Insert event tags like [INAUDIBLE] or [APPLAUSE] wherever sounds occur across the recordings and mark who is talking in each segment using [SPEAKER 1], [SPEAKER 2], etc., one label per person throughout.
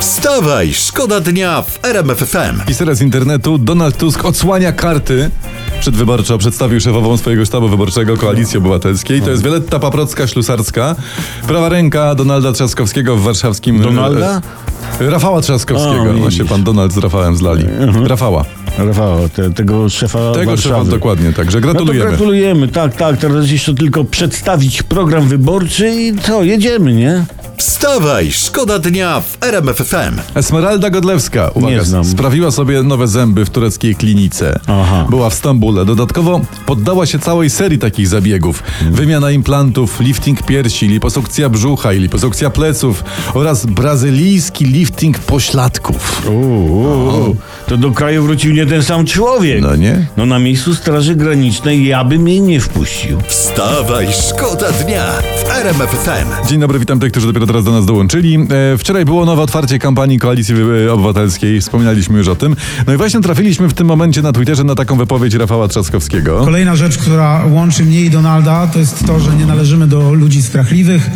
[SPEAKER 1] Wstawaj, szkoda dnia w RMF FM.
[SPEAKER 2] Pisera z internetu Donald Tusk odsłania karty przedwyborczo. Przedstawił szefową swojego sztabu wyborczego Koalicji Obywatelskiej. To jest Wioletta Paprocka-Ślusarska, prawa ręka Donalda Trzaskowskiego w warszawskim...
[SPEAKER 3] Donalda?
[SPEAKER 2] e, Rafała Trzaskowskiego.
[SPEAKER 3] O,
[SPEAKER 2] Właśnie
[SPEAKER 3] widzisz.
[SPEAKER 2] pan Donald z Rafałem zlali. Rafała.
[SPEAKER 3] Rafała, te, tego szefa
[SPEAKER 2] Tego
[SPEAKER 3] Warszawy.
[SPEAKER 2] szefa dokładnie, także
[SPEAKER 3] No to
[SPEAKER 2] gratulujemy.
[SPEAKER 3] gratulujemy, tak, tak. Teraz jeszcze tylko przedstawić program wyborczy i co, jedziemy, nie?
[SPEAKER 1] Wstawaj, szkoda dnia w RMF FM.
[SPEAKER 2] Esmeralda Godlewska, uwaga,
[SPEAKER 3] Nie znam.
[SPEAKER 2] sprawiła sobie nowe zęby w tureckiej klinice.
[SPEAKER 3] Aha.
[SPEAKER 2] Była w Stambule. Dodatkowo poddała się całej serii takich zabiegów.
[SPEAKER 3] Mm.
[SPEAKER 2] Wymiana implantów, lifting piersi, liposukcja brzucha i liposukcja pleców oraz brazylijski lifting pośladków.
[SPEAKER 3] Uuu, to do kraju wrócił nie ten sam człowiek.
[SPEAKER 2] No nie?
[SPEAKER 3] No na miejscu Straży Granicznej ja bym jej nie wpuścił.
[SPEAKER 1] Wstawaj, szkoda dnia w RMF FM.
[SPEAKER 2] Dzień dobry, witam tych, którzy dopiero teraz do nas dołączyli. E, wczoraj było nowe otwarcie kampanii Koalicji Wy- e, Obywatelskiej, wspominaliśmy już o tym. No i właśnie trafiliśmy w tym momencie na Twitterze na taką wypowiedź Rafała Trzaskowskiego.
[SPEAKER 4] Kolejna rzecz, która łączy mnie i Donalda, to jest to, że nie należymy do ludzi strachliwych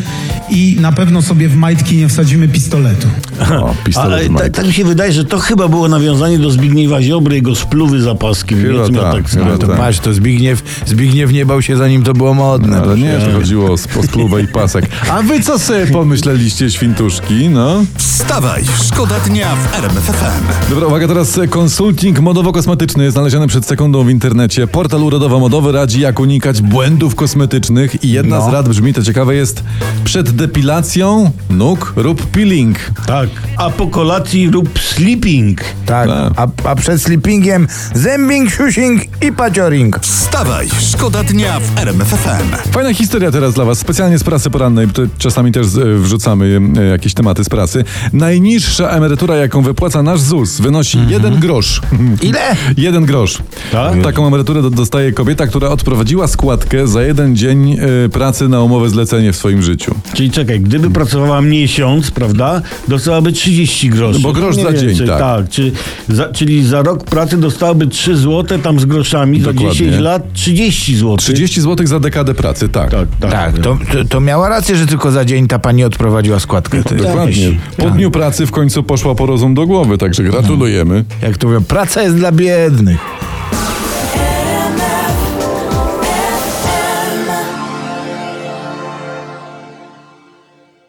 [SPEAKER 4] i na pewno sobie w majtki nie wsadzimy pistoletu.
[SPEAKER 2] O,
[SPEAKER 3] Ale
[SPEAKER 2] pistolet
[SPEAKER 3] tak,
[SPEAKER 2] Mike.
[SPEAKER 3] tak mi się wydaje, że to chyba było nawiązanie do Zbigniewa Ziobry, jego spluwy zapaskiem.
[SPEAKER 2] Chyba
[SPEAKER 3] Więc miał
[SPEAKER 2] tak,
[SPEAKER 3] tak,
[SPEAKER 2] chyba
[SPEAKER 3] samo.
[SPEAKER 2] tak.
[SPEAKER 5] Patrz, to Zbigniew, Zbigniew nie bał się zanim to było modne.
[SPEAKER 2] Ale No nie, że chodziło o sp- o spluwę i pasek. A wy co sobie pomyśleliście, świntuszki, no?
[SPEAKER 1] Wstawaj, szkoda dnia w RMF FM.
[SPEAKER 2] Dobra, uwaga, teraz konsulting modowo-kosmetyczny znaleziony przed sekundą w internecie. Portal urodowo-modowy radzi, jak unikać błędów kosmetycznych i jedna z rad brzmi, to ciekawe jest, przed depilacją nóg rób peeling.
[SPEAKER 3] tak. A po kolacji rób sleeping.
[SPEAKER 5] Tak. A, a przed sleepingiem zębing, siusing i pacioring.
[SPEAKER 1] Wstawaj, szkoda dnia w RMF FM.
[SPEAKER 2] Fajna historia teraz dla was, specjalnie z prasy porannej, to czasami też e, wrzucamy e, jakieś tematy z prasy. Najniższa emerytura, jaką wypłaca nasz ZUS, wynosi jeden
[SPEAKER 3] [LAUGHS]
[SPEAKER 2] grosz.
[SPEAKER 5] Ile?
[SPEAKER 2] Jeden grosz.
[SPEAKER 3] Mhm. Tak?
[SPEAKER 2] Taką emeryturę do- dostaje kobieta, która odprowadziła składkę za jeden dzień e, pracy na umowę zlecenie w swoim życiu.
[SPEAKER 3] Czyli czekaj, gdyby pracowała miesiąc, prawda, dostałaby 30 groszy.
[SPEAKER 2] No bo grosz
[SPEAKER 3] Nie
[SPEAKER 2] za dzień,
[SPEAKER 3] czy,
[SPEAKER 2] tak.
[SPEAKER 3] czy, za, czyli za rok pracy dostałaby 3 złote tam z groszami,
[SPEAKER 2] Dokładnie.
[SPEAKER 3] za 10 lat 30 zł.
[SPEAKER 2] 30 zł za dekadę pracy, tak.
[SPEAKER 3] Tak, tak.
[SPEAKER 5] Tak, to, to, to miała rację, że tylko za dzień ta pani odprowadziła składkę. To,
[SPEAKER 2] Dokładnie.
[SPEAKER 3] Tak.
[SPEAKER 2] Po dniu pracy w końcu poszła po rozum do głowy, także gratulujemy.
[SPEAKER 5] jak to mówią, praca jest dla biednych.